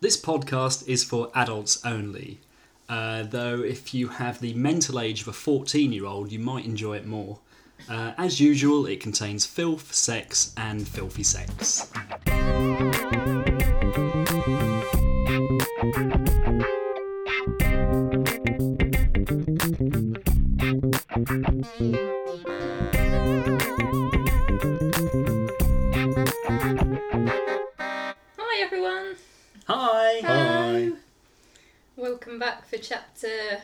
This podcast is for adults only. Uh, though, if you have the mental age of a 14 year old, you might enjoy it more. Uh, as usual, it contains filth, sex, and filthy sex. Hi everyone. Hi! Hello. Welcome back for chapter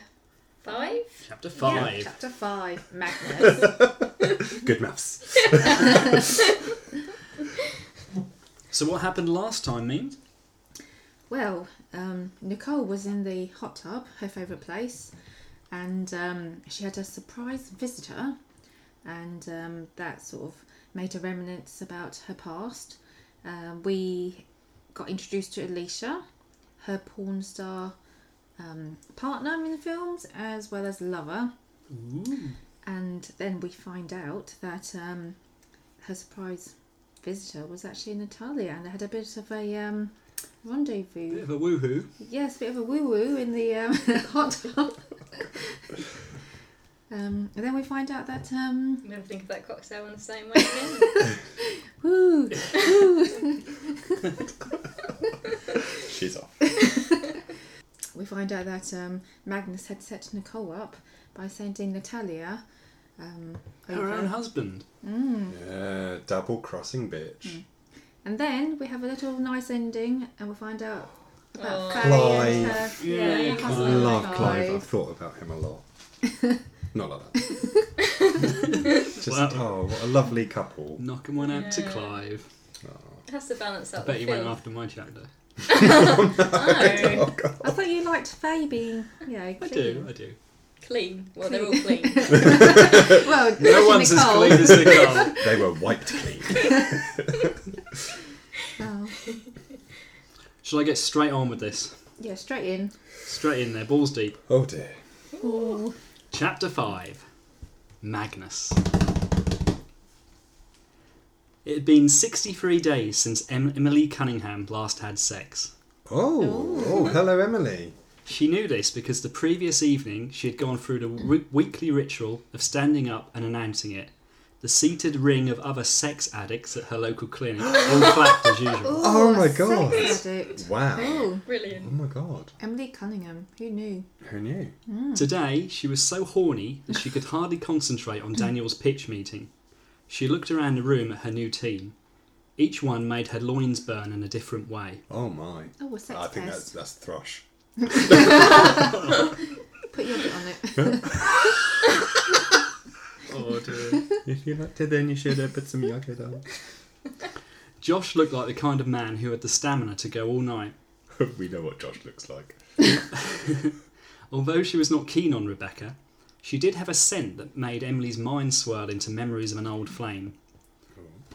five. Chapter Yeah, 5. chapter five. Magnus. Good maths. So, what happened last time, Mean? well, um, Nicole was in the hot tub, her favourite place, and um, she had a surprise visitor, and um, that sort of made her reminisce about her past. Um, we got introduced to Alicia, her porn star um, partner in the films, as well as lover. And then we find out that um, her surprise visitor was actually Natalia, and they had a bit of a um, Bit rendezvous. of a woohoo. Yes, a bit of a woo woo in the um, hot tub. um, and then we find out that um, I'm gonna think of that cocktail in the same way again. woo, woo. She's off. we find out that um, Magnus had set Nicole up by sending Natalia. Um, Her over. own husband. Yeah, double crossing bitch. And then we have a little nice ending, and we'll find out Oh. about Fanny and her. Yeah, Yeah, Mm. Clive. husband and Love Clive. Clive. I've thought about him a lot. Not like that. Just, Wow. oh, what a lovely couple. Knocking one out to Yeah. Clive. It has to balance I out bet the you went film. after my chapter. No. Oh, I thought you liked Faye being, you know, I do, clean. I do. clean. Well they're all clean. Well, No especially one's as Nicole. clean as Nicole. They were wiped clean. Oh, Shall I get straight on with this? yeah, straight in. Straight in there, balls deep. Oh dear. Ooh. Chapter 5 Magnus. It had been 63 days since em- Emily Cunningham last had sex. Oh, oh, hello, Emily. She knew this because the previous evening she had gone through the w- weekly ritual of standing up and announcing it. The seated ring of other sex addicts at her local clinic all clapped as usual. Oh Ooh, my a God. Sex addict. Wow. Oh Ooh, Brilliant. my god. Emily Cunningham. Who knew? Who knew? Today she was so horny that she could hardly concentrate on Daniel's pitch meeting. She looked around the room at her new team. Each one made her loins burn in a different way. Oh my. Oh, a sex I test. think that's that's thrush. Put your bit on it. Oh dear. if you liked it, then you should have put some yucca down. Josh looked like the kind of man who had the stamina to go all night. we know what Josh looks like. Although she was not keen on Rebecca, she did have a scent that made Emily's mind swirl into memories of an old flame.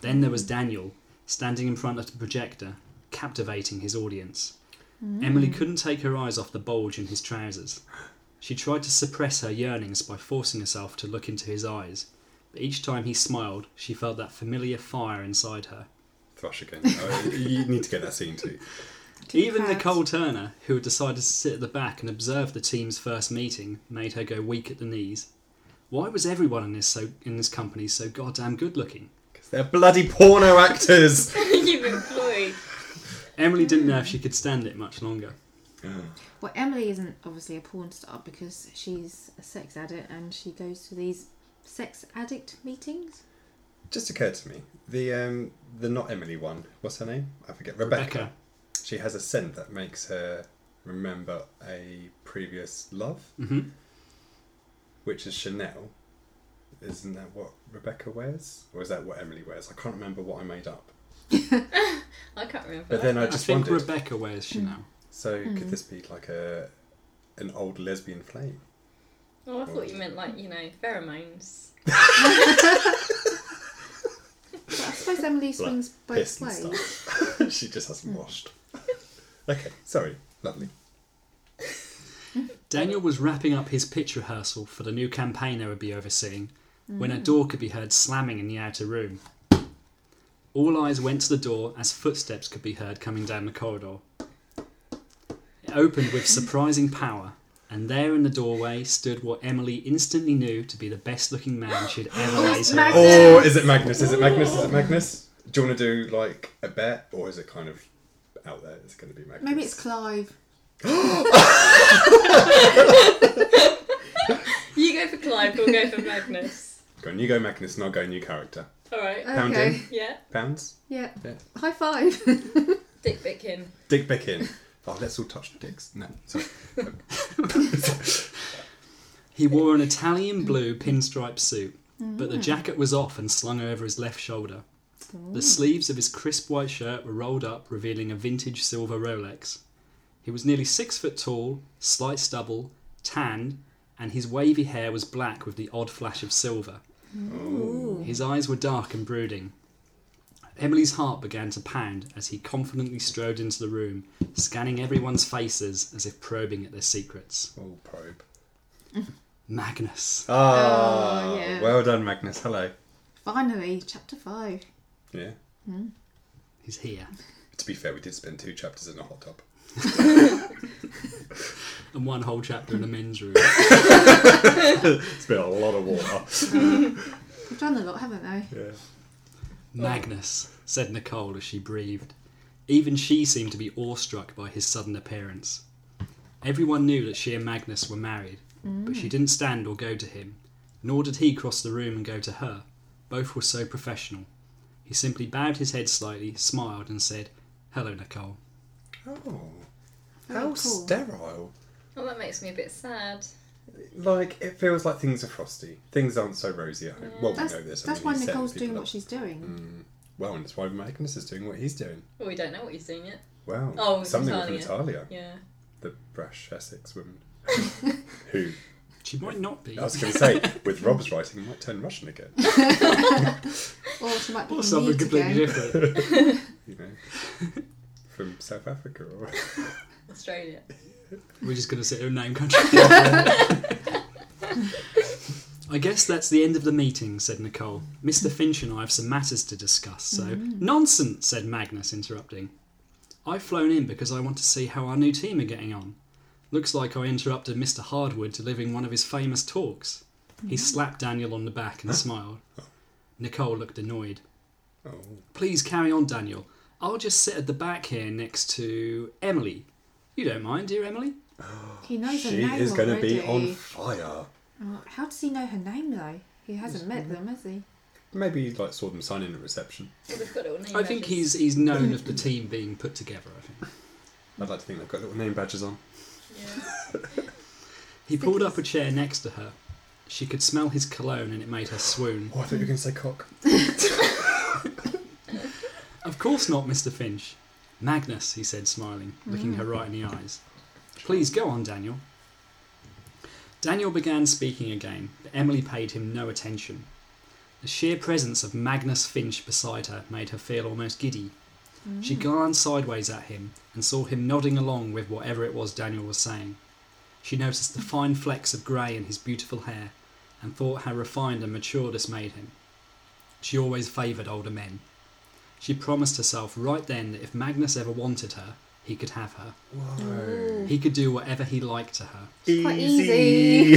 Then there was Daniel, standing in front of the projector, captivating his audience. Emily couldn't take her eyes off the bulge in his trousers. She tried to suppress her yearnings by forcing herself to look into his eyes, but each time he smiled, she felt that familiar fire inside her. Thrush again. Oh, you need to get that scene too. Even Perhaps. Nicole Turner, who had decided to sit at the back and observe the team's first meeting, made her go weak at the knees. Why was everyone in this so in this company so goddamn good looking? They're bloody porno actors. You've employed. Emily didn't know if she could stand it much longer. Well, Emily isn't obviously a porn star because she's a sex addict and she goes to these sex addict meetings. Just occurred to me the um the not Emily one. What's her name? I forget. Rebecca. She has a scent that makes her remember a previous love, Mhm. which is Chanel. Isn't that what Rebecca wears, or is that what Emily wears? I can't remember what I made up. I can't remember. But then I I, just think wondered. Rebecca wears Chanel. so could this be like a an old lesbian flame? Oh, I thought you meant like, you know, pheromones. But I suppose Emily Like swings piss both and ways. stuff. she just hasn't washed. okay, sorry. Lovely. Daniel was wrapping up his pitch rehearsal for the new campaign they would be overseeing when a door could be heard slamming in the outer room. All eyes went to the door as footsteps could be heard coming down the corridor. opened with surprising power, and there in the doorway stood what Emily instantly knew to be the best looking man she'd ever laid her Magnus. Or is it Magnus? Is it Magnus? Is it Magnus? Do you want to do like a bet, or is it kind of out there? It's going to be Magnus. Maybe it's Clive. You go for Clive, we'll go for Magnus. Go on, you go Magnus, and I'll go new character. All right. Pound Okay. in yeah. pounds. Yeah. Yeah. High five. Dick Bickin. Dick back in. Oh, let's all touch dicks. No, sorry. He wore an Italian blue pinstripe suit, but the jacket was off and slung over his left shoulder. The sleeves of his crisp white shirt were rolled up, revealing a vintage silver Rolex. He was nearly six foot tall, slight stubble, tanned, and his wavy hair was black with the odd flash of silver. His eyes were dark and brooding. Emily's heart began to pound as he confidently strode into the room, scanning everyone's faces as if probing at their secrets. Oh, probe. Magnus. Ah, Oh, yeah. well done, Magnus. Hello. Finally, chapter five. Yeah. He's here. To be fair, we did spend two chapters in a hot tub. and one whole chapter in the men's room. It's been a lot of water. They've done a lot, haven't they? yeah. Magnus, said Nicole as she breathed. Even she seemed to be awestruck by his sudden appearance. Everyone knew that she and Magnus were married, but she didn't stand or go to him, nor did he cross the room and go to her. Both were so professional. He simply bowed his head slightly, smiled, and said, Hello, Nicole. Oh, Very how cool. sterile. Well, Oh, that makes me a bit sad. Like, it feels like things are frosty. Things aren't so rosy at home. Well, we That's, know this. I that's mean, why he's setting Nicole's people doing up. what she's doing. Well, and it's why Magnus is doing what he's doing. Well, we don't know what he's doing yet. Wow. Oh, it's Something Natalia. with Natalia, Yeah. the brash Essex woman. Who, She might not be. I was going to say, with Rob's writing, might turn Russian again. Or she might be Or something mute completely again. different. You know, from South Africa or. Australia. We're just going to sit here and name country. I guess that's the end of the meeting, said Nicole. Mr. Finch and I have some matters to discuss, so. Nonsense, said Magnus, interrupting. I've flown in because I want to see how our new team are getting on. Looks like I interrupted Mr. Hardwood delivering one of his famous talks. He slapped Daniel on the back and smiled. Nicole looked annoyed. Oh, Please carry on, Daniel. I'll just sit at the back here next to Emily. You don't mind, dear Emily? He knows her she name is going to be on already. fire. Oh, how does he know her name though? He hasn't met them, has he? Maybe you like saw them sign in at reception. Well, they've got it all name I think badges. he's he's known of the team being put together. I think I'd like to think they've got little name badges on. Yeah. he pulled up a chair next to her. She could smell his cologne, and it made her swoon. Oh, I thought you were going to say cock. Of course not, Mister Finch. Magnus, he said, smiling, looking her right in the eyes. Please go on, Daniel. Daniel began speaking again, but Emily paid him no attention. The sheer presence of Magnus Finch beside her made her feel almost giddy. She glanced sideways at him and saw him nodding along with whatever it was Daniel was saying. She noticed the fine flecks of grey in his beautiful hair and thought how refined and mature this made him. She always favoured older men. She promised herself right then that if Magnus ever wanted her, he could have her. Whoa. He could do whatever he liked to her. Quite easy.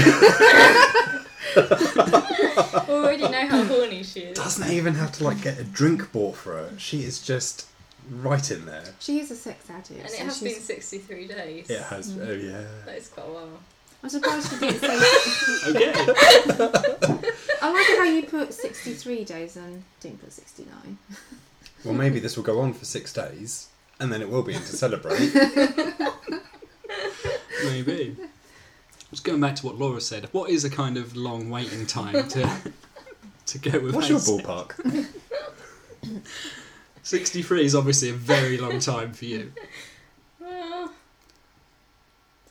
already know how horny she is. Doesn't even have to like get a drink bought for her. She is just right in there. She is a sex addict. And it so has she's- been 63 days. It has. Oh yeah. That is quite a while. I'm surprised you didn't say. Okay. I wonder how you put 63 days and didn't put 69. Well, maybe this will go on for six days, and then it will be in to celebrate. Maybe. Just going back to what Laura said, what is a kind of long waiting time to to go with What's your Hastings? ballpark? 63 is obviously a very long time for you. Well, I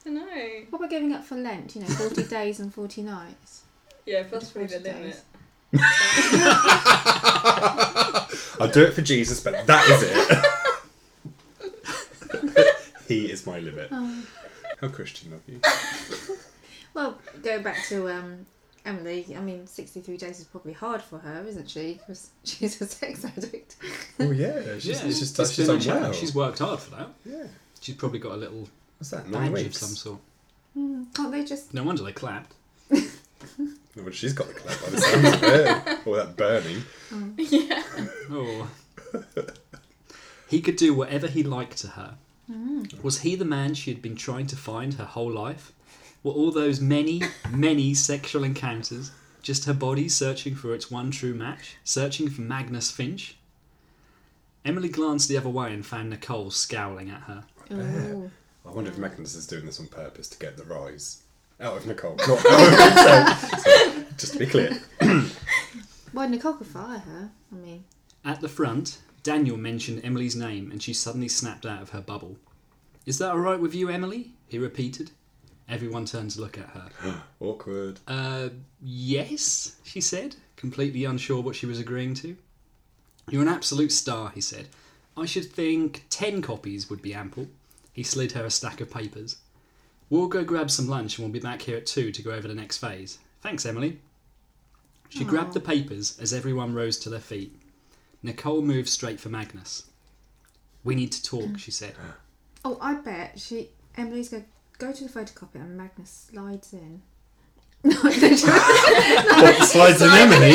don't know. What we're giving up for Lent, you know, 40 days and 40 nights. Yeah, if that's probably the 40 limit. days. I'll do it for Jesus, but that is it. he is my limit. How Christian of you. Um, Well, going back to um, Emily, I mean, 63 days is probably hard for her, isn't she? Because she's a sex addict. Oh yeah, she's, yeah, she's just she's been a done well. challenge. She's worked hard for that. Yeah. She's probably got a little What's that? Nine badge of weeks. some sort. Mm, can't they just? No wonder they clapped. Well, she's got the clap by the sounds of it. All that burning. yeah. Oh. he could do whatever he liked to her. Was he the man she had been trying to find her whole life? Were all those many, many sexual encounters just her body searching for its one true match, searching for Magnus Finch? Emily glanced the other way and found Nicole scowling at her. Oh. I wonder if Magnus is doing this on purpose to get the rise out of Nicole. Not, so, so, just to be clear. Well, Nicole could fire her. I mean, At the front, Daniel mentioned Emily's name and she suddenly snapped out of her bubble. Is that alright with you, Emily? he repeated. Everyone turned to look at her. Awkward. Uh, yes, she said, completely unsure what she was agreeing to. You're an absolute star, he said. I should think ten copies would be ample. He slid her a stack of papers. We'll go grab some lunch and we'll be back here at two to go over the next phase. Thanks, Emily. She grabbed the papers as everyone rose to their feet. Nicole moved straight for Magnus. We need to talk, she said. oh, I bet she Emily's going to go to the photocopier and Magnus slides in. What slides in Emily?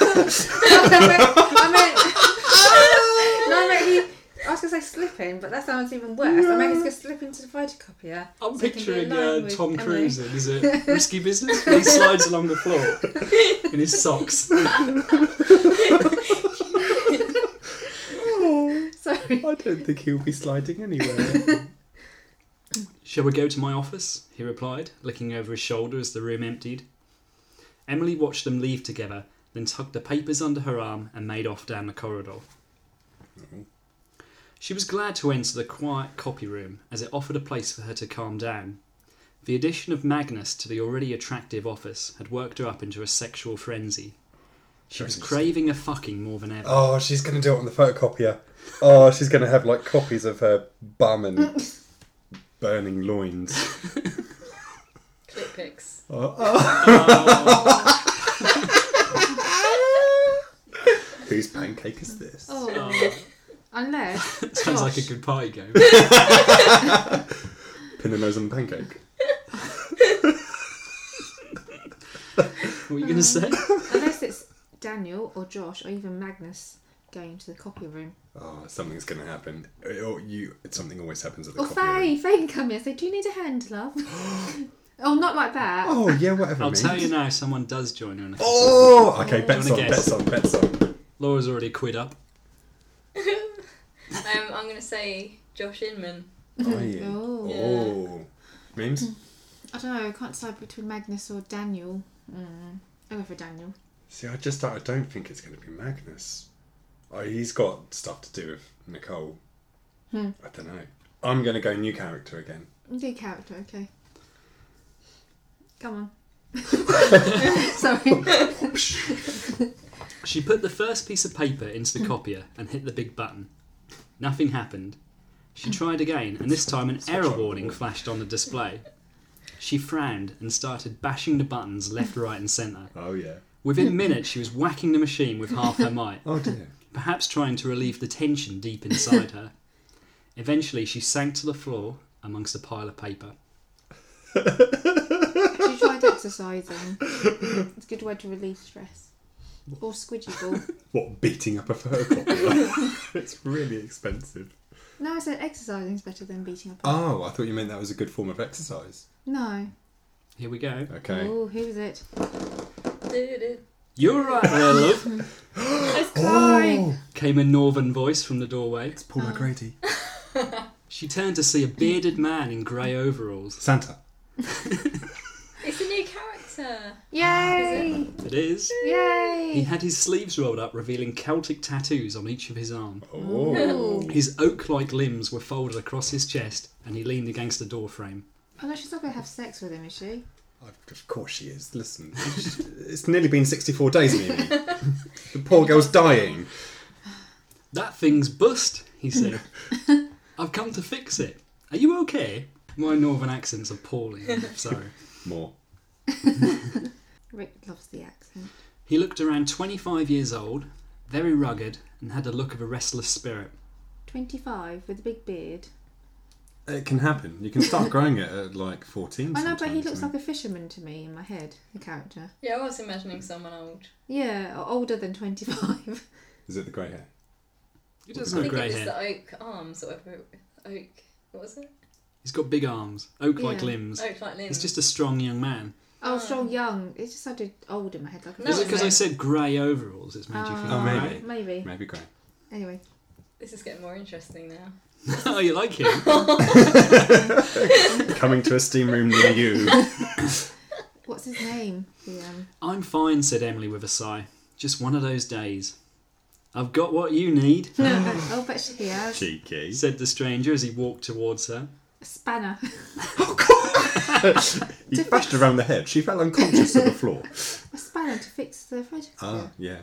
I meant, I meant, no, I meant he, I was going to say slipping, but that sounds even worse. I meant he's going to slip into the photocopier. I'm so he can be picturing alone uh, with Tom Emily. Cruise in his uh, risky business. He slides along the floor in his socks. Sorry. I don't think he'll be sliding anywhere. Shall we go to my office? he replied, looking over his shoulder as the room emptied. Emily watched them leave together, then tucked the papers under her arm and made off down the corridor. She was glad to enter the quiet copy room, as it offered a place for her to calm down. The addition of Magnus to the already attractive office had worked her up into a sexual frenzy. She was Frenzy. craving a fucking more than ever. Oh, she's going to do it on the photocopier. Oh, she's going to have like copies of her bum and burning loins. Clip pics. Oh, oh. Whose pancake is this? Oh. Unless. Sounds like a Gosh. good party game. Pin a nose on a pancake. what are you going to say? Unless it's Daniel or Josh or even Magnus going to the copy room. Oh, something's going to happen. Or you, something always happens at the Or copy room. Oh, Faye. Faye can come here and say, Do you need a hand, love? oh, not like that. Oh yeah, whatever. I'll mate. tell you now, someone does join her. in a- Oh, okay. Bets Do you on, wanna guess? bets on, bets on. Laura's already quid up. Um, I'm gonna say Josh Inman. Oh, yeah. Oh. oh. memes. I don't know. I can't decide between Magnus or Daniel. Mm. I go for Daniel. See, I just don't, I don't think it's going to be Magnus. Oh, he's got stuff to do with Nicole. Hmm. I don't know. I'm going to go new character again. New character, okay. Come on. Sorry. She put the first piece of paper into the copier and hit the big button. Nothing happened. She tried again, and this time an error warning flashed on the display. She frowned and started bashing the buttons left, right, and centre. Oh yeah. Within minutes, she was whacking the machine with half her might, Oh dear. perhaps trying to relieve the tension deep inside her. Eventually, she sank to the floor amongst a pile of paper. She tried exercising. It's a good way to relieve stress. Or squidgy ball. what beating up a photocopier? it's really expensive. No, I said exercising's better than beating Ah. up. Oh, I thought you meant that was a good form of exercise. No. Here we go. Okay. Oh, who is it? Du-du-du. You're right there, love, It's Clive. came a northern voice from the doorway. it's Uh, Paul McGrady. She turned to see a bearded man in grey overalls. Santa. It's a new character. Yay! It is. He Yay! had his sleeves rolled up, revealing Celtic tattoos on each of his arm. Oh. His oak like limbs were folded across his chest, and he leaned against the doorframe. Oh no, she's not gonna have sex with him, is she? Of course she is. Listen, it's nearly been 64 days, Mimi. the poor girl's dying. That thing's bust, he said. I've come to fix it. Are you okay? My northern accent's appalling, I'm sorry. More. Rick loves the accent. He looked around 25 years old, very rugged, and had the look of a restless spirit. Twenty-five with a big beard. It can happen. You can start growing it at like 14. I know, but he sometimes, looks I like a fisherman to me in my head, the character. Yeah, I was imagining someone old. Yeah, o- older than 25. Is it the grey hair? He does I have think it grey was hair. the oak arms or whatever. it- Oak. What was it? He's got big arms, oak-like Yeah. limbs. Oak like limbs. He's just a strong young man. oh, strong, young. It just sounded old in my head. Like a No, Is it it's because I not. said grey overalls? It's made you think. Oh, grey? maybe. Maybe. Maybe grey. Anyway. This is getting more interesting now. oh, you like him? Coming to a steam room near you. What's his name? The, um, I'm fine," said Emily with a sigh. "Just one of those days. I've got what you need," oh, but she has. Cheeky. said the stranger as he walked towards her. Spanner. He bashed her around the head. She fell unconscious to the floor. A spanner to fix the photo. Ah, yeah.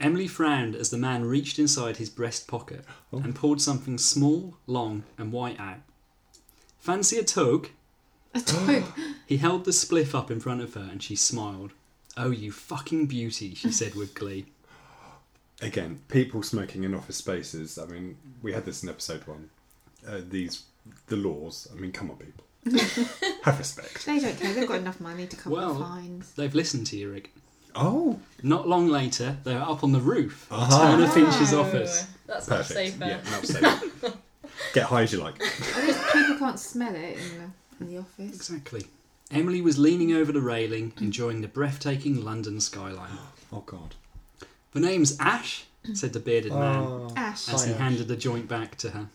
Emily frowned as the man reached inside his breast pocket Oh. and pulled something small, long, and white out. Fancy a toque? A toque. He held the spliff up in front of her and she smiled. Oh, you fucking beauty, she said with glee. Again, people smoking in office spaces. I mean, we had this in episode one. Uh, these, the laws. I mean, come on, people. Have respect. They don't care. They've got enough money to cover Well- the fines. They've listened to you, Rick. Oh, Not long later, they were up on the roof of Ah. Turner Finch's Oh, office. That's perfect. much safer. Yeah, much safer. Get high as you like. At least people can't smell it in the, in the office. Exactly. Emily was leaning over the railing, enjoying the breathtaking London skyline. Oh God. The name's Ash, said the bearded man Oh, Ash. Ah. as he Hi, Ash. handed the joint back to her.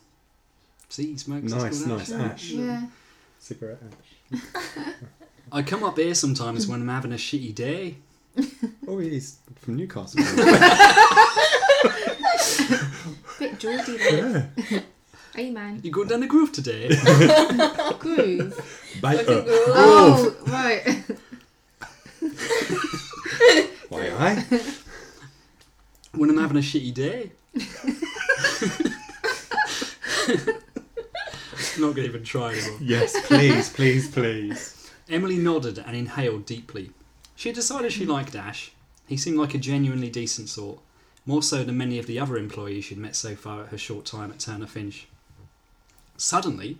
See, he smokes. it's nice, called nice. Ash. Ash. Yeah. Cigarette ash. I come up here sometimes when I'm having a shitty day. Oh, he's from Newcastle. Bit Geordie. like, yeah. Hey man. You going down the groove today? Groove. Bye. I think we're all- Oh, right. Why I? when I'm having a shitty day. Not gonna even try anymore. Yes, please, please, please. Emily nodded and inhaled deeply. She had decided she liked Ash. He seemed like a genuinely decent sort, more so than many of the other employees she'd met so far at her short time at Turner Finch. Suddenly,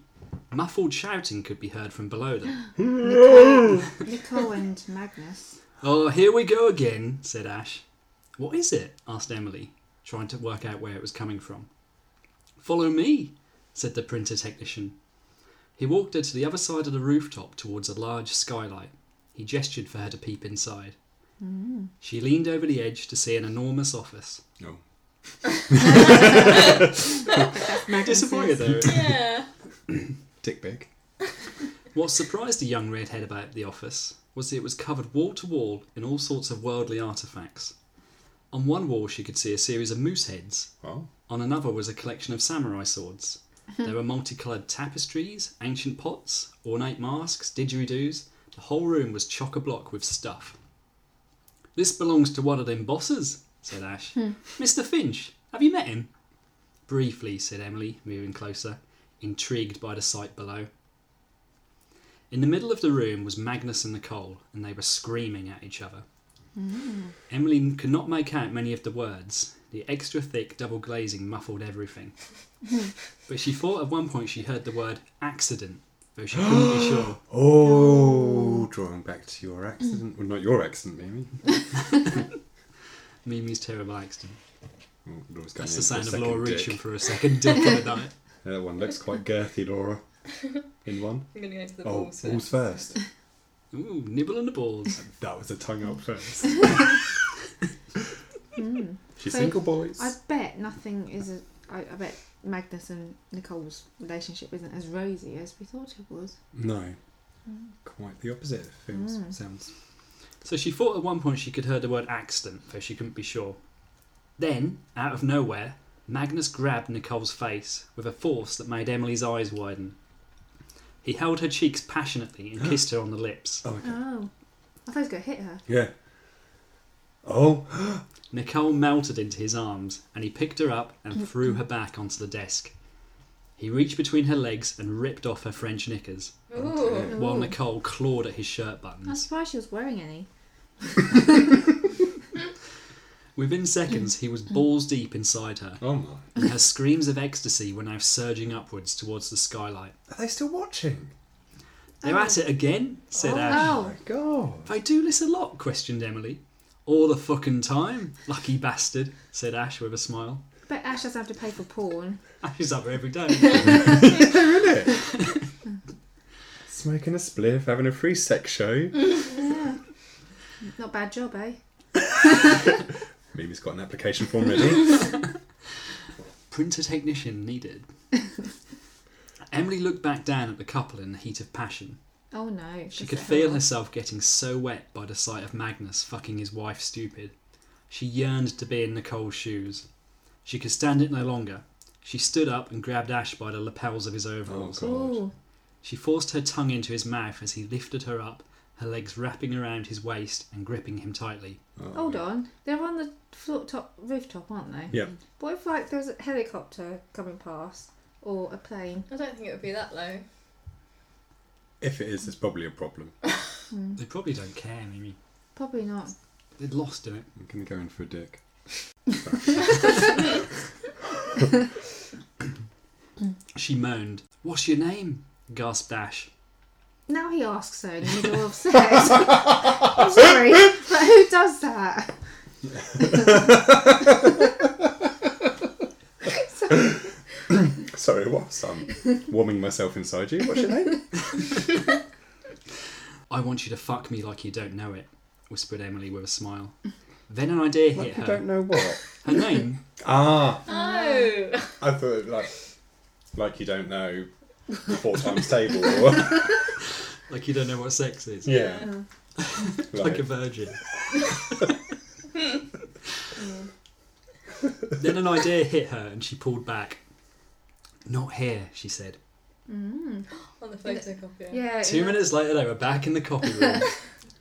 muffled shouting could be heard from below them. Nicole, Nicole and Magnus. Oh, here we go again, said Ash. What is it? asked Emily, trying to work out where it was coming from. Follow me, said the printer technician. He walked her to the other side of the rooftop towards a large skylight. He gestured for her to peep inside. She leaned over the edge to see an enormous office. No. Magnus Disappointed though. Yeah. Dick big. what surprised the young redhead about the office was that it was covered wall to wall in all sorts of worldly artifacts. On one wall, she could see a series of moose heads Oh. On another was a collection of samurai swords. There were multicoloured tapestries, ancient pots, ornate masks, didgeridoos. The whole room was chock a block with stuff. This belongs to one of them bosses, said Ash. Mr. Finch, have you met him? Briefly, said Emily, moving closer, intrigued by the sight below. In the middle of the room was Magnus and Nicole, and they were screaming at each other. Emily could not make out many of the words. The extra thick double glazing muffled everything. but she thought at one point she heard the word accident, though she couldn't be sure. Oh, drawing back to your accident. Well, not your accident, Mimi. Mimi's terrible accident. Oh, Laura's going That's the in for a sound of second Laura dick. reaching for a second dick on the night. That one looks quite girthy, Laura. In one. I'm going to go to the Oh, balls. balls first. Ooh, nibble on the balls. That was a tongue out first. Mm. She's So, single, boys. I bet nothing is. A, I, I bet Magnus and Nicole's relationship isn't as rosy as we thought it was. No. Quite the opposite. it Feels Mm. sounds. So she thought at one point she could hear the word accident, though she couldn't be sure. Then, out of nowhere, Magnus grabbed Nicole's face with a force that made Emily's eyes widen. He held her cheeks passionately and kissed her on the lips. Oh, okay. Oh, I thought he was going to hit her. Yeah. Oh. Nicole melted into his arms, and he picked her up and threw her back onto the desk. He reached between her legs and ripped off her French knickers, Ooh. while Ooh. Nicole clawed at his shirt I'm buttons. surprised she was wearing any. Within seconds, he was balls deep inside her, Oh my. Are and her screams of ecstasy were now surging upwards towards the skylight. they still watching? They're at it again, said Ash. Oh my god. They do this a lot, questioned Emily. All the fucking time, lucky bastard, said Ash with a smile. But Ash doesn't have to pay for porn. Ash is up there every day. Smoking a spliff, having a free sex show. Yeah. Not bad job, eh? Mimi's got an application form ready. Printer technician needed. Emily looked back down at the couple in the heat of passion. Oh no. She does could it feel help? herself getting so wet by the sight of Magnus fucking his wife stupid. She yearned to be in Nicole's shoes. She could stand it no longer. She stood up and grabbed Ash by the lapels of his overalls. Oh, God. Ooh. she forced her tongue into his mouth as he lifted her up, her legs wrapping around his waist and gripping him tightly. Hold on. They're on the floor top, rooftop, aren't they? Yeah. What if, like, there was a helicopter coming past or a plane? I don't think it would be that low. If it is, it's probably a problem. Hmm. They probably don't care, Mimi. Probably not. They're lost in it. I'm gonna go in for a dick. She moaned. What's your name? gasped Ash. Now he asks her in the middle of sex. I'm sorry, but who does that? Sorry, what? I'm warming myself inside you. What's your name? I want you to fuck me like you don't know it, whispered Emily with a smile. Then an idea hit Like you her. don't know what. Her name Ah, Oh! I thought like, like you don't know, four times table. Or, Like you don't know what sex is. yeah. Like Like, a virgin. then an idea hit her and she pulled back. Not here, she said. On the photocopier. Yeah. Two minutes later, they were back in the copy room.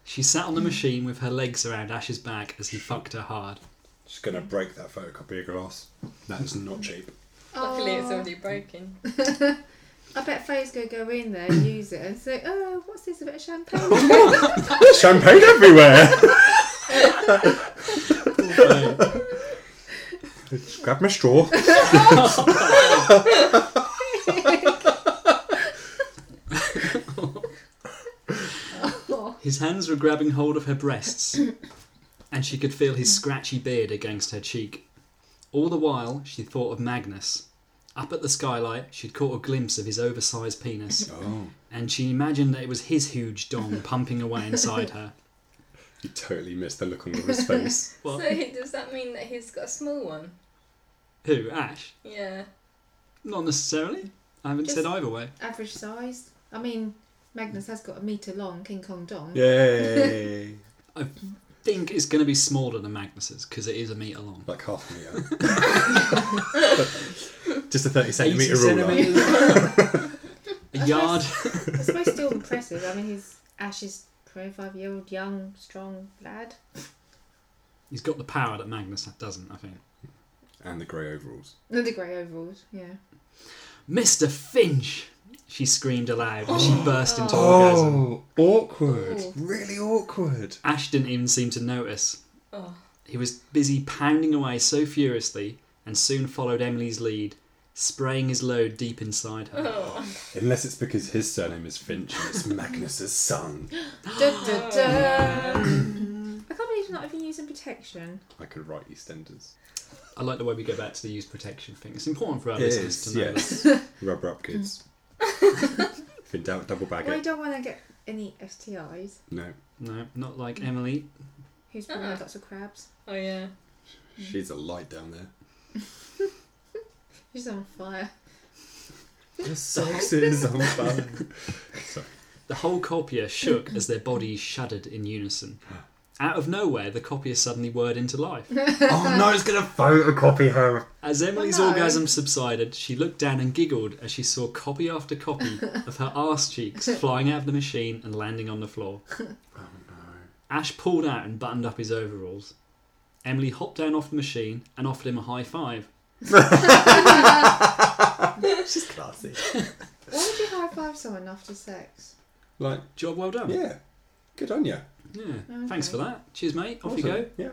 she sat on the machine with her legs around Ash's back as he fucked her hard. just gonna break that photocopier glass. That is not cheap. Luckily, Oh. it's already broken. I bet Faye's gonna go in there and use it and say, "Oh, what's this? A bit of champagne?" Champagne everywhere. Oh, Just grab my straw. his hands were grabbing hold of her breasts, and she could feel his scratchy beard against her cheek. All the while, she thought of Magnus. Up at the skylight, she'd caught a glimpse of his oversized penis. Oh, and she imagined that it was his huge dong pumping away inside her. you totally missed the look on his face. Well, So, does that mean that he's got a small one? who? Ash? Yeah. Not necessarily. I haven't Just- said either way. Average size. I mean, Magnus has got a meter long King Kong dong. Yay! Think it's going to be smaller than Magnus's because it is a meter long. like half a meter. just a thirty 80 centimeter ruler. centimetres. a yard. I suppose still impressive. I mean, he's Ash is twenty-five-year-old, young, strong lad. He's got the power that Magnus doesn't. I think. And the grey overalls. Another grey overalls. Yeah. Mr. Finch. She screamed aloud as she burst into orgasm. Oh, awkward! Ooh. Really awkward. Ash didn't even seem to notice. Oh. He was busy pounding away so furiously, and soon followed Emily's lead, spraying his load deep inside her. Oh. Unless it's because his surname is Finch and it's Magnus's son. Dun, dun, dun. I can't believe you're not even using protection. I could write EastEnders. I like the way we go back to the use protection thing. It's important for our It listeners is, to know. that. yes. Rubber up, kids. if in doubt, double bag Well, you it. don't want to get any STIs. No, No, not like Emily. Who's bringing Uh-uh. lots of crabs? Oh, yeah. she's a light down there. She's on fire. The socks is on fire. Sorry. The whole copier shook as their bodies shuddered in unison. Out of nowhere, the copier suddenly whirred into life. Oh no, it's gonna photocopy her. As Emily's no. orgasm subsided, she looked down and giggled as she saw copy after copy of her arse cheeks flying out of the machine and landing on the floor. Oh no. Ash pulled out and buttoned up his overalls. Emily hopped down off the machine and offered him a high five. She's classy. Why would you high five someone after sex? Like, Job well done. yeah. Good on you. Yeah. Thanks for that. Cheers, mate. Off you go. Yeah.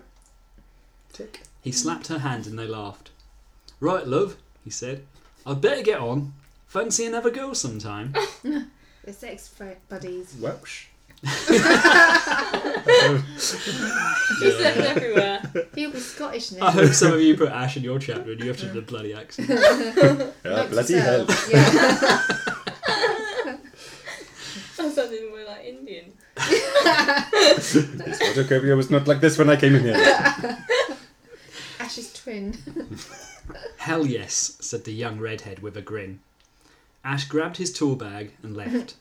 Tick. He slapped her hand and they laughed. Right, love, he said. I'd better get on. Fancy another girl sometime. They're sex fri- buddies. Welsh. He slept everywhere. He'll be Scottish now. I Oh, hope some of you put Ash in your chapter and you have to do the bloody accent. Yeah, Not bloody hell. yourself. Yeah. That sounded more like Indian. This Cordoba was not like this when I came in here. Ash's twin. Hell yes, said the young redhead with a grin. Ash grabbed his tool bag and left.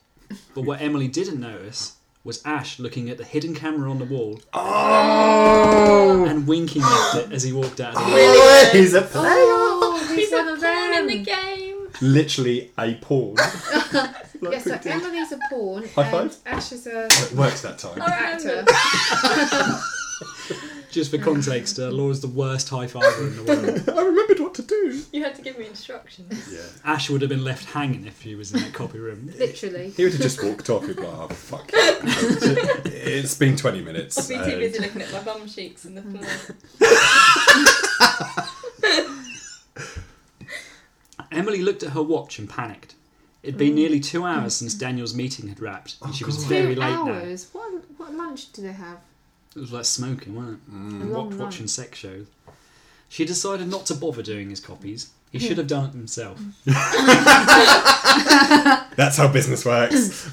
But what Emily didn't notice was Ash looking at the hidden camera on the wall oh! and winking at it as he walked out of the room. oh he's a Oh, he's He's one a of pawn in the them. game. Literally a pawn. Yeah, so Emily's a pawn High and five. Ash is a It works that time. I actor. remember. Just for context, uh, Laura's the worst high fiver in the world. I remembered what to do. You had to give me instructions. Yeah. Ash would have been left hanging if he was in that copy room. Literally. He would have just walked off. He'd be like, oh, fuck. it. it's been 20 minutes. I'll be too and- busy looking at my bum cheeks and the Mm. floor. Emily looked at her watch and panicked. It'd been nearly two hours since Daniel's meeting had wrapped, and she was God. very Two late now. hours. What what lunch do they have? It was like smoking, wasn't it? A Wa- long lunch. watching sex shows. She decided not to bother doing his copies. He should have done it himself. Um, That's how business works.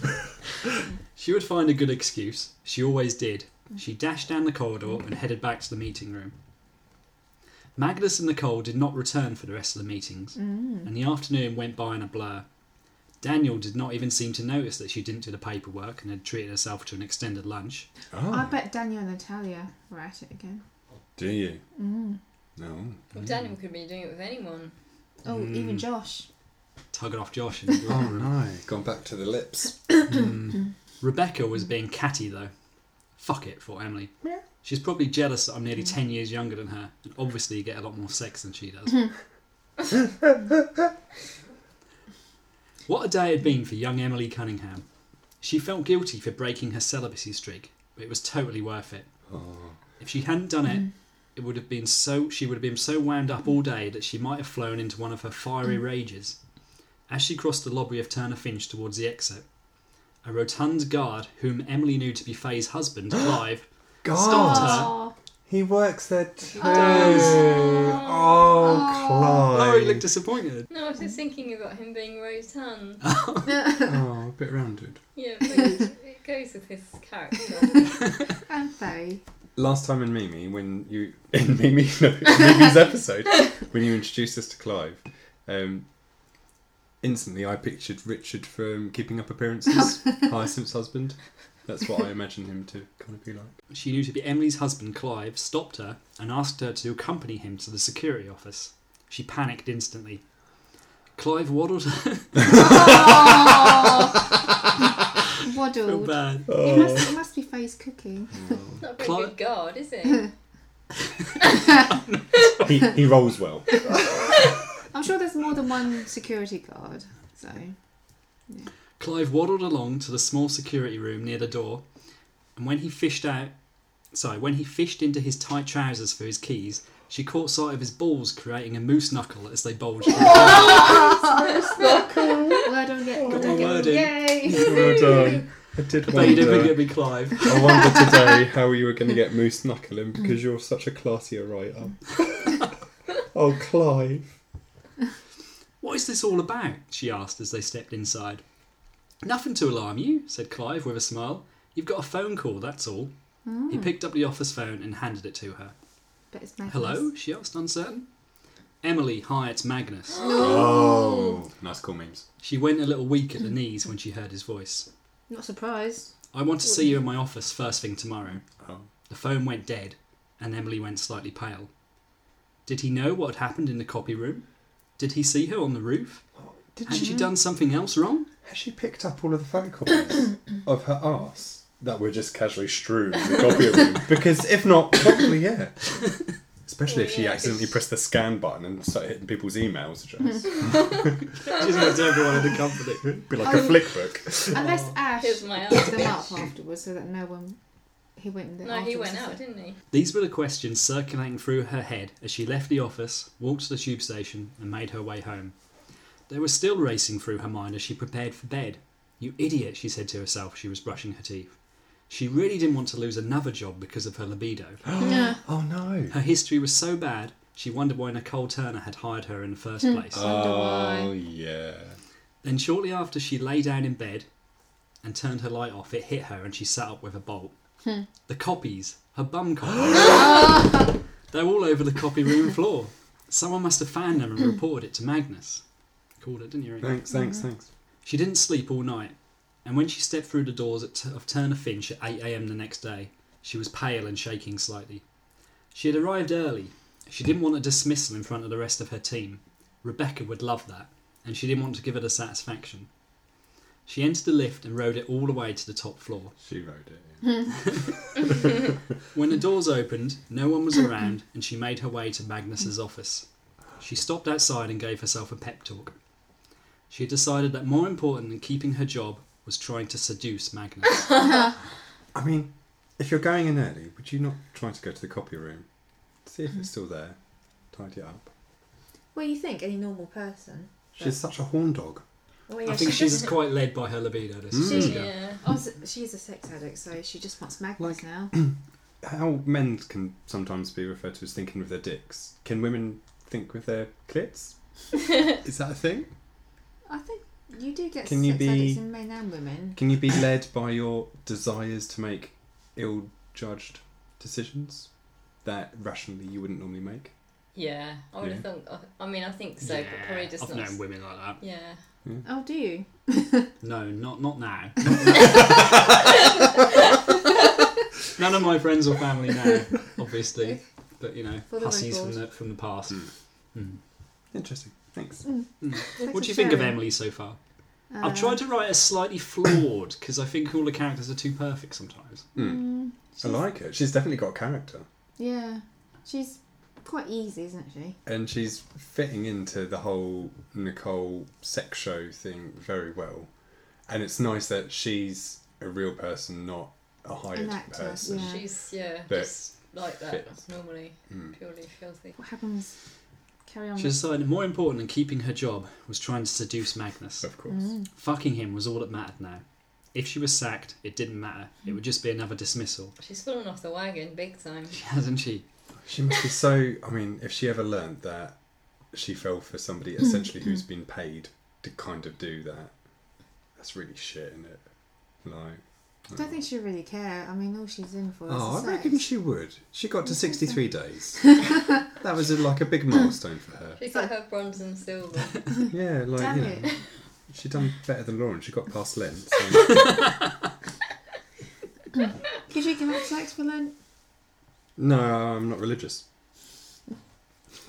She would find a good excuse. She always did. She dashed down the corridor and headed back to the meeting room. Magnus and Nicole did not return for the rest of the meetings, and the afternoon went by in a blur. Daniel did not even seem to notice that she didn't do the paperwork and had treated herself to an extended lunch. I oh, bet Daniel and Natalia were at it again. do you? Mm. No. Well, Daniel could be doing it with anyone. Oh, Mm. even Josh. Tugging off Josh in the drawing room. Oh, no. Gone back to the lips. Mm. Rebecca was being catty though. Fuck it, thought Emily. She's probably jealous that I'm nearly 10 years younger than her, and obviously get a lot more sex than she does. what a day it had been for young Emily Cunningham. She felt guilty for breaking her celibacy streak, but it was totally worth it. Oh. If she hadn't done it, it would have been so she would have been so wound up all day that she might have flown into one of her fiery rages. As she crossed the lobby of Turner Finch towards the exit, a rotund guard whom Emily knew to be Faye's husband, Clive, God. Stopped her. Oh, He works there too. Oh. Oh, Oh, he looked Clive. disappointed. No, I was Mm. just thinking about him being Rotan. Oh, a bit rounded. Yeah, but it goes with his character. and Faye. Last time in Mimi, when you in Mimi, no, Mimi's episode, when you introduced us to Clive, um, instantly I pictured Richard from Keeping Up Appearances, Hyacinth's husband. That's what I imagine him to kind of be like. She knew to be Emily's husband, Clive, stopped her and asked her to accompany him to the security office. She panicked instantly. Clive waddled her Oh, so waddled. bad. It must, Oh. it must be Faye's cooking. Not a very Cli- good guard, is it? He, he rolls well. I'm sure there's more than one security guard. So Clive waddled along to the small security room near the door, and when he fished out, sorry, when he fished into his tight trousers for his keys, she caught sight of his balls creating a moose knuckle as they bulged. out. word on get. Got word my on word get. in. Yay! well done. I did But you didn't wonder- think it'd be Clive. I wonder today how you were going to get Moose Knuckle in because you're such a classier writer. oh, Clive. What is this all about? she asked as they stepped inside. Nothing to alarm you, said Clive with a smile. You've got a phone call, that's all. He picked up the office phone and handed it to her. But it's madness. Hello? she asked, uncertain. Emily, hi, it's Magnus. Oh, nice call, memes. she went a little weak at the knees when she heard his voice. Not surprised. I want to see you in my office first thing tomorrow. Oh. The phone went dead, and Emily went slightly pale. Did he know what had happened in the copy room? Did he see her on the roof? Did Had she done something else wrong? Has she picked up all of the phone calls of her ass that were just casually strewn in the copy room? Because if not, probably yeah. Especially if she accidentally pressed the scan button and started hitting people's emails address. She's not to everyone in the company. It'd be like a flick book. Unless Ash Here's my picked them up afterwards, so that no one He went there. No, he afterwards, went is out, it? didn't he? These were the questions circulating through her head as she left the office, walked to the tube station, and made her way home. They were still racing through her mind as she prepared for bed. You idiot, she said to herself as she was brushing her teeth. She really didn't want to lose another job because of her libido. Yeah. Oh no. Her history was so bad, she wondered why Nicole Turner had hired her in the first place. Wonder why. Oh yeah. Then, shortly after she lay down in bed and turned her light off, it hit her and she sat up with a bolt. The copies, her bum copies, they're all over the copy room floor. Someone must have found them and reported it to Magnus. Called it, didn't you? Rick? Thanks, thanks, thanks. She didn't sleep all night, and when she stepped through the doors at, of Turner Finch at 8 am the next day, she was pale and shaking slightly. She had arrived early. She didn't want a dismissal in front of the rest of her team. Rebecca would love that, and she didn't want to give her the satisfaction. She entered the lift and rode it all the way to the top floor. She wrote it. When the doors opened, no one was around, and she made her way to Magnus's office. She stopped outside and gave herself a pep talk. She had decided that more important than keeping her job was trying to seduce Magnus. I mean, if you're going in early, would you not try to go to the copy room? See if it's still there. Tidy it up. Well, you think any normal person? She's such a horn dog. Oh, yeah, I think she she's just, quite led by her libido. This Hmm. Mm. this She- girl. Yeah. also, she's a sex addict, so she just wants Magnus Like- now. How men can sometimes be referred to as thinking with their dicks. Can women think with their clits? Is that a thing? I think you do get Can sex you be- addicts in men and women. Can you be led by your desires to make ill judged decisions that rationally you wouldn't normally make? Yeah. I would Yeah. have thought. I mean, I think so, but probably just I've not. known women like that. Yeah. Oh, do you? No, not not now. None of my friends or family now, obviously. But you know, For the hussies from record. the from the past. Mm. Interesting. Thanks. Mm. Sex uh, What do you and think of sharing. Emily so far? I've tried to write a slightly flawed because I think all the characters are too perfect sometimes. Mm, Hmm. I like her. She's definitely got character. yeah, she's quite easy, isn't she? And she's fitting into the whole Nicole sex show thing very well. And it's nice that she's a real person, not a hired An actor, person. Yeah. She's yeah, But- just like that Fit. normally, Mm. purely filthy. What happens? Carry on. She decided more important than keeping her job was trying to seduce Magnus. Of course. Mm. Fucking him was all that mattered now. If she was sacked, it didn't matter. It would just be another dismissal. She's fallen off the wagon big time. She hasn't she? She must be so. I mean, if she ever learnt that she fell for Mm. somebody essentially who's been paid to kind of do that, that's really shit, isn't it? Like. I don't think she really care. I mean, all she's in for is Oh, the I sex. reckon she would. She got to 63 days. that was a, like a big milestone for her. She got her bronze and silver. Yeah, like, Damn you know. it! She done better than Lauren. She got past Lent. so- Could you give up sex for Lent? no, I'm not religious.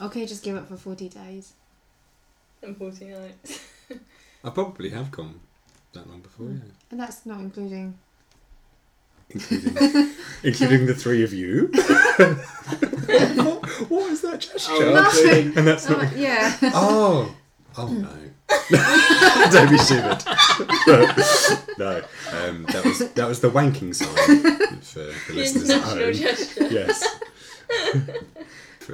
Okay, just give up for forty days. and 40 nights. I probably have gone that long before, yeah. And that's not including. Including, including the three of you. what, what is that gesture? Oh, including- and that's not. Oh, yeah. Oh, oh no. Don't be stupid. no, um, that was that was the wanking sign for the listeners at International home. gesture. Yes.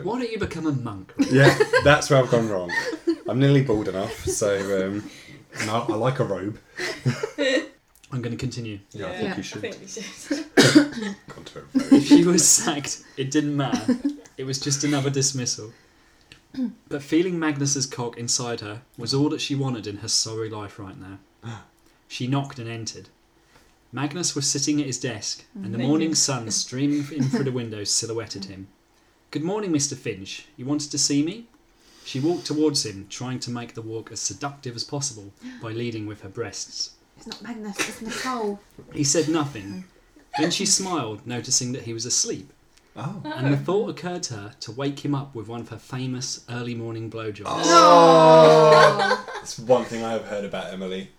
Why don't you become a monk? Yeah, that's where I've gone wrong. I'm nearly bald enough, so um, and I, I like a robe. I'm going to continue. Yeah, I Yeah, think Yeah. you I should. think you should. Gone to a If she was sacked, it didn't matter. It was just another dismissal. But feeling Magnus's cock inside her was all that she wanted in her sorry life right now. She knocked and entered. Magnus was sitting at his desk, and the Naked. morning sun streaming in through the windows silhouetted him. Good morning, Mr. Finch. You wanted to see me? She walked towards him, trying to make the walk as seductive as possible by leading with her breasts. It's not Magnus. It's Nicole. He said nothing. Then she smiled, noticing that he was asleep, Oh. and the thought occurred to her to wake him up with one of her famous early morning blowjobs. Oh. That's one thing I have heard about Emily.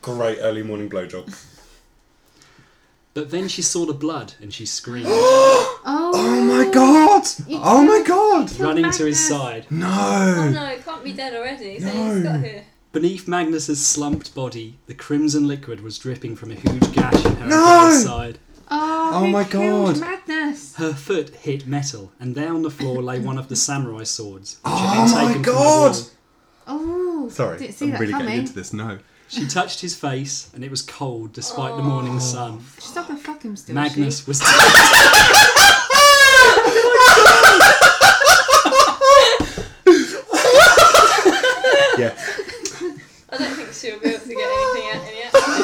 Great early morning blowjob. But then she saw the blood and she screamed, Oh my god! You Oh my god! running to his Magnus. side. Oh No! no, it can't be dead already. So he's got here. Beneath Magnus's slumped body, the crimson liquid was dripping from a huge gash in her No! opposite side. Oh. Oh, Oh who my killed God. Madness. Her foot hit metal, and there on the floor lay one of the samurai swords. Which Oh had been my taken from the God. wall. Oh, Sorry, Didn't see I'm that really coming. getting into this. No, She touched his face, and it was cold despite the Oh. morning sun. She's not gonna fuck him still. is she? Magnus was. yeah, I don't think she'll be able to get anything out any action.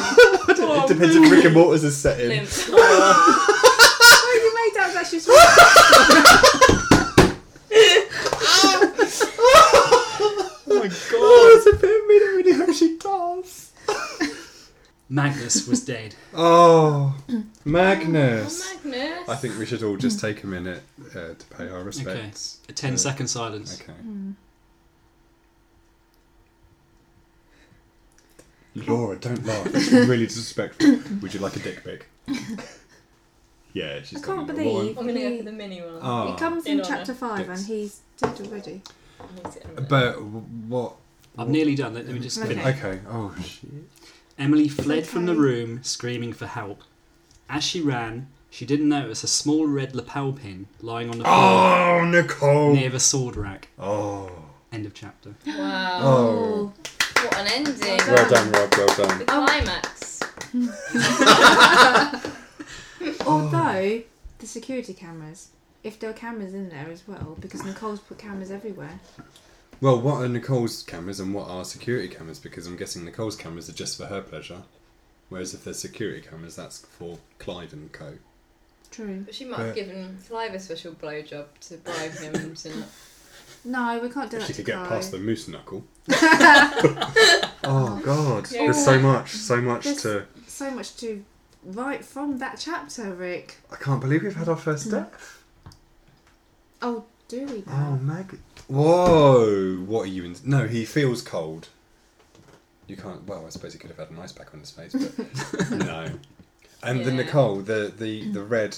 it depends if Rick and Mortis is set in. Limp. Oh, you made out that she's. Right. oh my god! a bit of me that really hope she does. Magnus was dead. Oh, Magnus. Oh, Magnus. I think we should all just take a minute uh, to pay our respects. A 10 Uh, second silence. Okay. Mm. Laura, don't laugh. That's really disrespectful. Would you like a dick pic? yeah, she's. I can't done it. believe I'm gonna go he, for the mini one. Oh. he comes in In chapter honour. five Dicks. and he's dead already. I need to end it. But w- what? I'm nearly done. Let, let me just Okay. finish. Okay. Oh shit. Emily fled from the okay. room, screaming for help. As she ran, she didn't notice a small red lapel pin lying on the floor Oh, Nicole. near the sword rack. Oh. End of chapter. Wow. Oh. What an ending. Well Well done, Rob. Well done. The climax. Although the security cameras, if there were cameras in there as well, because Nicole's put cameras everywhere. Well, what are Nicole's cameras and what are security cameras? Because I'm guessing Nicole's cameras are just for her pleasure, whereas if they're security cameras, that's for Clive and Co. True. But she might But- have given Clive a special blowjob to bribe him to not. No, we can't do If that. she to could get Clive. past the moose knuckle. oh God, Yeah. there's so much, so much There's- to. So much to write from that chapter, Rick. I can't believe we've had our first step. Oh, do we? Oh, Now? Mag. Whoa! What are you in? No, he feels cold. You can't. Well, I suppose he could have had an ice pack on his face, but no. And the Yeah. Nicole, the the the red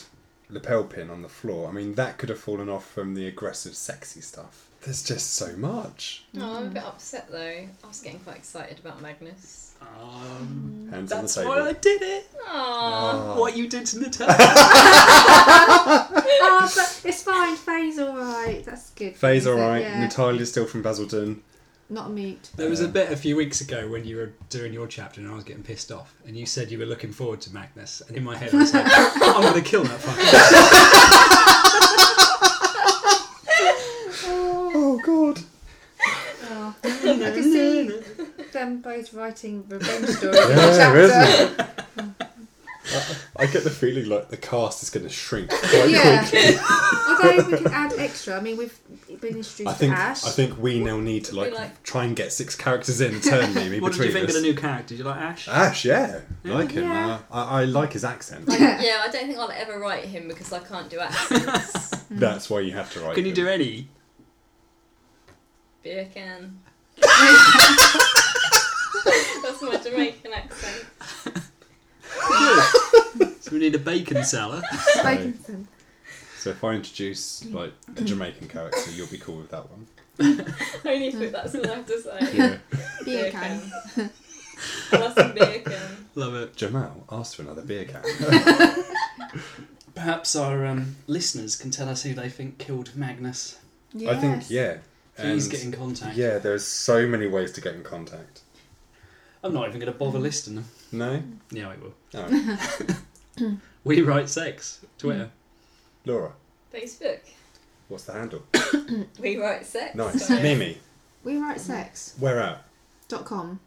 lapel pin on the floor. I mean, that could have fallen off from the aggressive, sexy stuff. There's just so much. No, Oh, I'm a bit upset though. I was getting quite excited about Magnus. Um, Hands that's on the why I table. Ah. did it! Aww. What you did to Natalia! oh, but it's fine. Faye's all right. That's good. Faye's Is it? all right. Yeah. Natalia's still from Basildon. Not mute. there was a bit a few weeks ago when you were doing your chapter and I was getting pissed off, and you said you were looking forward to Magnus, and in my head I was like, I'm gonna kill that fucker. Oh God. Oh. I can see them both writing revenge stories. in the Yeah, chapter. isn't it? I, I get the feeling like the cast is going to shrink quite Yeah. quickly. Although we can add extra. I mean, we've been introduced I think to Ash. I think we now need to like, Be like- try and get six characters in internally me What did you think between of us. Ah, the new character? Did you like Ash? Ash, yeah, I like him. Yeah. Uh, I, I like his accent. Yeah, I don't think I'll ever write him because I can't do accents. That's why you have to write. Can you him. do any? Beer can. That's my Jamaican accent. Good. so we need a bacon seller. Baconson. So if I introduce like a Jamaican character, you'll be cool with that one. Only if that's all I have to say. Yeah. Beer can. I want some beer can. Love it. Jamal asked for another beer can. Perhaps our um, listeners can tell us who they think killed Magnus. I Yes. think yeah. Please And, get in contact. yeah, there's so many ways to get in contact. I'm not even going to bother listing them. No, Yeah, I will. no. We write sex. Twitter. Laura, Facebook. what's the handle? We write sex. Nice, so- Mimi. We write sex. Where at? Dot com.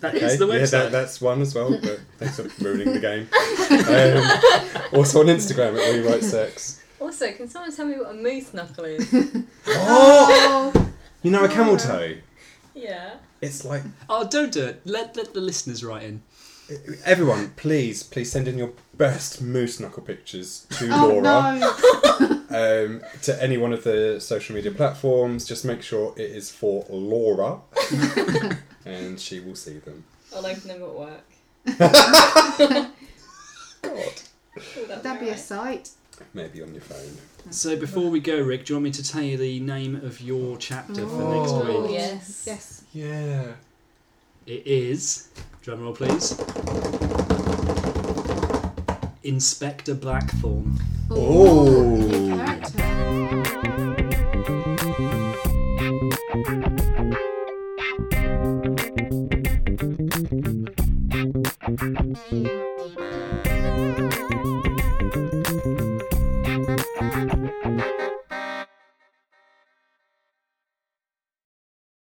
That is the yeah, website. that, that's one as well. But thanks for ruining the game. Um, also on Instagram at We Write Sex. Also, can someone tell me what a moose knuckle is? Oh, Oh, you know a camel toe. yeah. It's like Oh, don't do it. Let, let the listeners write in. everyone, please, please send in your best moose knuckle pictures to oh Laura no. um, to any one of the social media platforms. Just make sure it is for Laura, and she will see them. I'll open them at work. God, Oh, that'd That'd be a alright. sight. maybe on your phone. So before we go, Rick, do you want me to tell you the name of your chapter for next Oh. week? Yes. Yes. Yeah. It is. Drum roll, please. Inspector Blackthorn. Oh. New character.